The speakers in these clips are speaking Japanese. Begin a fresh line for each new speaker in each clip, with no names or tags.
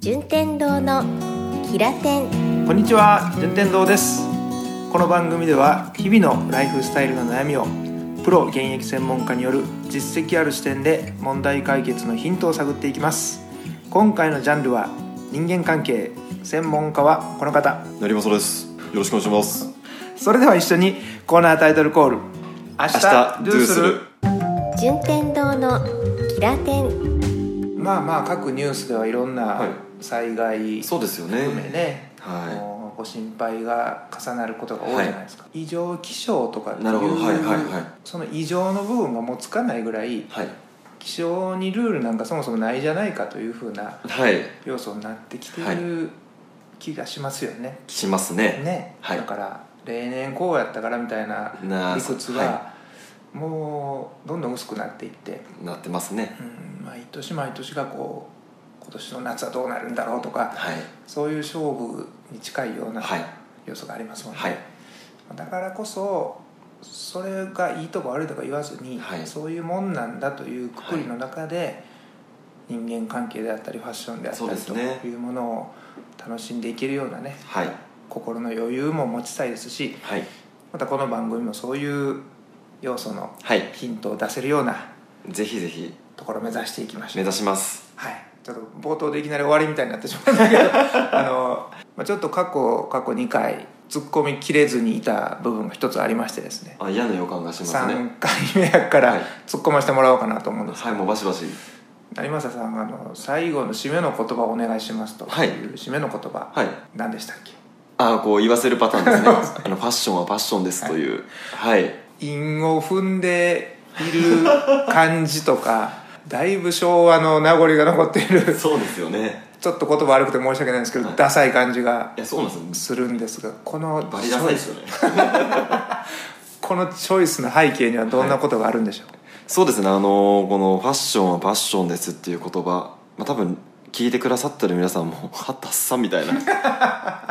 順天堂のキラテン
こんにちは順天堂ですこの番組では日々のライフスタイルの悩みをプロ現役専門家による実績ある視点で問題解決のヒントを探っていきます今回のジャンルは人間関係専門家はこの方
成政ですよろしくお願いします
それでは一緒にコーナータイトルコール明
明
日
日
ド
ド
ゥ
ゥ
す
す
る
る
順天堂のキラテン
まあまあ各ニュースではいろんな
はい
災害
そうですよ
含め
ね
ね、
は
あ
い
のご心配が重なることが多いじゃないですか、異常気象とかっていう
なるほどはいはいはい
その異常の部分がもうつかないぐらい
はい
気象にルールなんかそもそもないじゃないかというふうな
はい
要素になってきて
はい
る気がしますよね。
しますね
ね、
はい
だから例年こうやったからみたいな
なあ
理屈は、もうどんどん薄くなっていって、
なってますね
うん、毎年毎年がこう今年の夏はどうなるんだろうとか
はい
そういう勝負に近いような
はい
要素がありますもんね。
はい
だからこそそれがいいとか悪いとか言わずに、
はい
そういうもんなんだというくくりの中で、人間関係であったりファッションであった
そう
り
です
と
ね
いうものを楽しんでいけるようなね
はい
心の余裕も持ちたいですし
はい
またこの番組もそういう要素の
はい
ヒントを出せるような
ぜひぜひ
ところを目指していきましょ
目
う。
指します
はい、ちょっと冒頭でいきなり終わりみたいになってしまったけ どあの、まあ、ちょっと過去過去2回突っ込みきれずにいた部分が一つありましてですね
あ嫌な予感がしますね
3回目やか
は
ら
い
突っ込ませてもらおうかなと思うんです、
はいもうバシバシ
成政さんあの最後の締めの言葉お願いしますという
はい
締めの言葉、
はい
何でしたっけ
あこう言わせるパターンで すねあのファッションはファッションですというはい
韻を踏んでいる 感じとかだいぶ昭和の名残が残っている
そうですよね
ちょっと言葉悪くて申し訳ないんですけど、ダサい感じが
いやそうなんですよ
するんですがこの
バリダサいですよね
このチョイスの背景にはどんなことがあるんでしょう、
そうですねあのこのファッションはファッションですっていう言葉、まあ、多分聞いてくださってる皆さんも「はダッサ」みたいな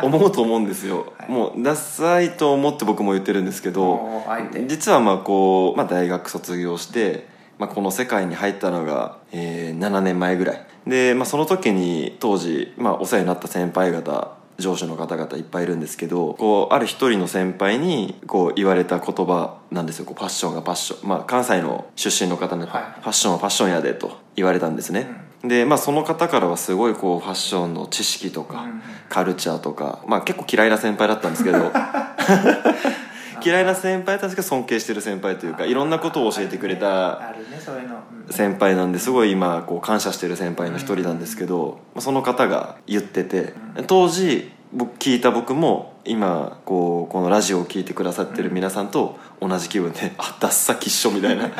思うと思うんですよ、
はい
もうダッサいと思って僕も言ってるんですけど
もうあえて
実はまあこう、まあ、大学卒業して、まあ、この世界に入ったのが、えー7年前ぐらいで、まあ、その時に当時、まあ、お世話になった先輩方上司の方々いっぱいいるんですけどこうある一人の先輩にこう言われた言葉なんですよこうファッションがファッション、まあ、関西の出身の方
は
の、
い
ファッションはファッションやでと言われたんですね、で、まあ、その方からはすごいこうファッションの知識とか、
うん
カルチャーとか、まあ、結構嫌いな先輩だったんですけど 嫌いな先輩たちが尊敬してる先輩というかいろんなことを教えてくれた
あるねそういうの、うん
先輩なんですごい今こう感謝してる先輩の一人なんですけど、まあその方が言ってて当時僕聞いた僕も今こうこのラジオを聞いてくださってる皆さんと同じ気 分で「あダッサきっしょ」みたいなっ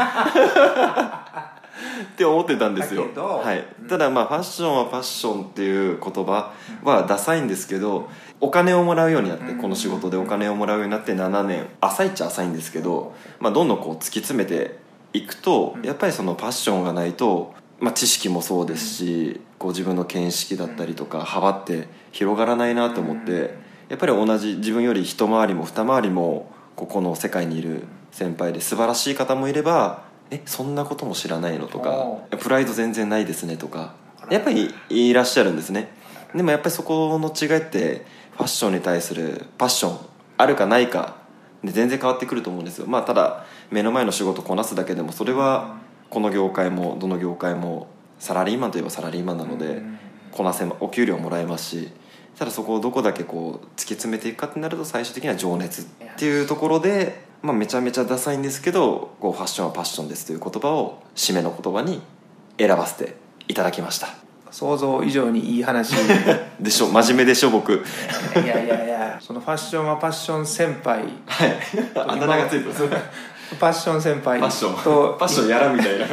て思ってたんですよ
だけど
はい
うん、
ただまあファッションはファッションっていう言葉はダサいんですけどお金をもらうようになって
うん
この仕事でお金をもらうようになって7年浅いっちゃ浅いんですけど、まあ、どんどんこう突き詰めていくと
うん
やっぱりそのファッションがないと、まあ、知識もそうですしこう自分の見識だったりとか幅って広がらないなと思っ
うん
てやっぱり同じ自分より一回りも二回りもここの世界にいる先輩で素晴らしい方もいればえそんなことも知らないのと
お
かプライド全然ないですねとか
あら
やっぱりいらっしゃるんですねでもやっぱりそこの違いってファッションに対するパッションあるかないかで全然変わってくると思うんですよまあただ目の前の仕事こなすだけでもそれはこの業界もどの業界もサラリーマンといえばサラリーマンなので、
うん
こなせまお給料もらえますしただそこをどこだけこう突き詰めていくかってなると最終的には情熱っていうところで、まあ、めちゃめちゃダサいんですけどこうファッションはファッションですという言葉を締めの言葉に選ばせていただきました
想像以上にいい 話い
でしょ真面目でしょ僕
やいやいやそのファッションはファッション先輩
はいあだ名がついてますフ
ファッション先輩
ァッションフ
と
ァッションやらみたいな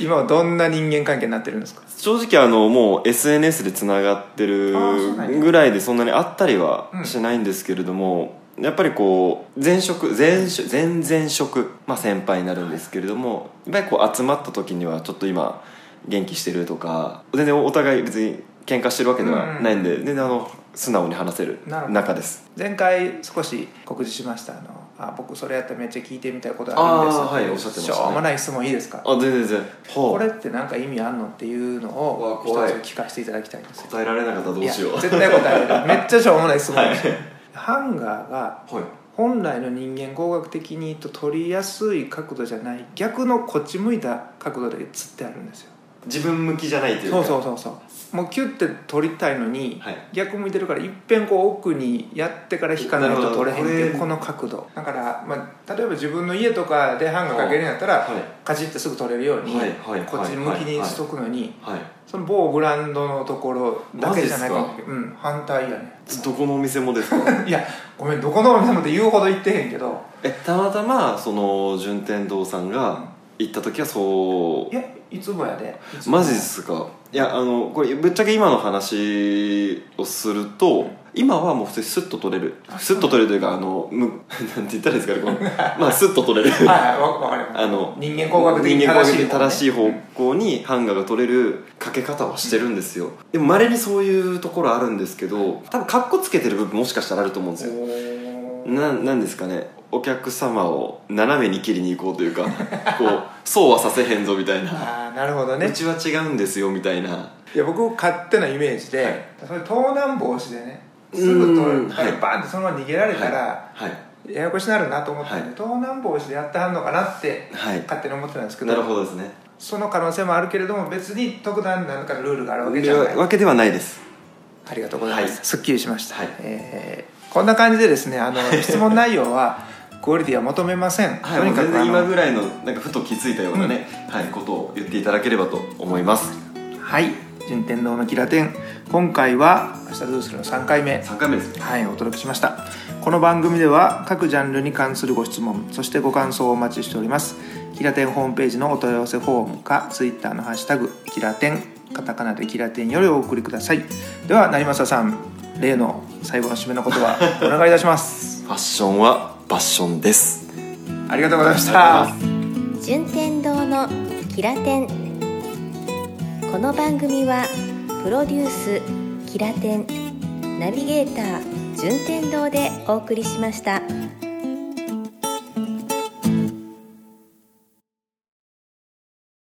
今はどんな人間関係になってるんですか
正直あのもう SNS でつながってる
あーそうなんや
ぐらいでそんなに会ったりはしないんですけれども、やっぱりこう前職前職前々職、まあ、先輩になるんですけれどもやっぱりこう集まった時にはちょっと今元気してるとか全然お互い別に喧嘩してるわけではないんで、全然あの素直に話せる
なるほど
中です
前回少し告知しましたあのあ僕それやったらめっちゃ聞いてみたいことあ
あ
るん
ー
です
はいおっしゃってましたね
しょうもない質問いいですか
あ全然全然
こ
こ
れって何か意味あんのっていうの
うわ
を一つ
怖い
聞かせていただきたいんですよ
答えられなかったらどうしよ
いうや絶対答えられないめっちゃしょうもない質問ですよ、ハンガーが
はい
本来の人間工学的に言うと取りやすい角度じゃない逆のこっち向いた角度で釣ってあるんですよ
自分向きじゃないという
そ
か
うそうそうそうもうキュッて取りたいのに、
はい
逆向いてるからいっぺんこう奥にやってから引かないと取れへんって
なる
い
ほ
う
ど
この角度だから、まあ、例えば自分の家とかでハンガーかけるんやったら、
はい
カチッてすぐ取れるように、
はいはいはい
こっち向きにしとくのに、
はい
その某ブランドのところだけじゃないかも
マジ
うん反対やね
どこのお店もですか
いやごめん どこのお店もって言うほど言ってへんけど
えたまたまその順天堂さんが行った時はそう
いやいつもやでいつも
マジですかいやあのこれぶっちゃけ今の話をすると今はもう普通にスッと取れるスッと取れるというかあのむ なんて言ったらいいですかねこの まあスッと取れる
はいはいわわかります
あの
人間工学的に
人間工
正し
学
い
的に正し
い
い方向にハンガーが取れるかけ方はしてるんですよ、でもまれにそういうところあるんですけど多分カッコつけてる部分もしかしたらあると思うんですよななんですかねお客様を斜めに切りに行こうというか こうそうはさせへんぞみたいな、
ああなるほど
う
ね
ちは違うんですよみたいない
や僕勝手なイメージで、
はい
それ盗難防止でねすぐ
う
取
ん
る
はい
バンってそのまま逃げられたら、
はい、
ややこしになるなと思ったんで、
はい
盗難防止でやってはんのかなって
はい
勝手に思ってたんですけど
なるほどですね
その可能性もあるけれども別に特段何かのルールがあるわけじゃない
わけではないです
ありがとうございます、
は
すっきりしました、
はい
えーこんな感じでですねあの質問内容はクオリティは求めません、
はい
とにか
全
くあ
然今ぐ
の
らいのなんかふと気づいたようなね、はい、ことを言っていただければと思います
はい順天堂のキラテン今回は「明日どうする?」の3回目
3回目ですね
はい、お届けしましたこの番組では各ジャンルに関するご質問そしてご感想をお待ちしておりますキラテンホームページのお問い合わせフォームかツイッターのハッシュタグキラテンカタカナでキラテンよりお送りくださいでは成政さん例の最後の締めの言葉お願いいたし ます
ファッションはパッションです
ありがとうございまし
ありがとうござい
た
ます
順天堂のキラテンこの番組はプロデュースキラテンナビゲーター順天堂でお送りしました。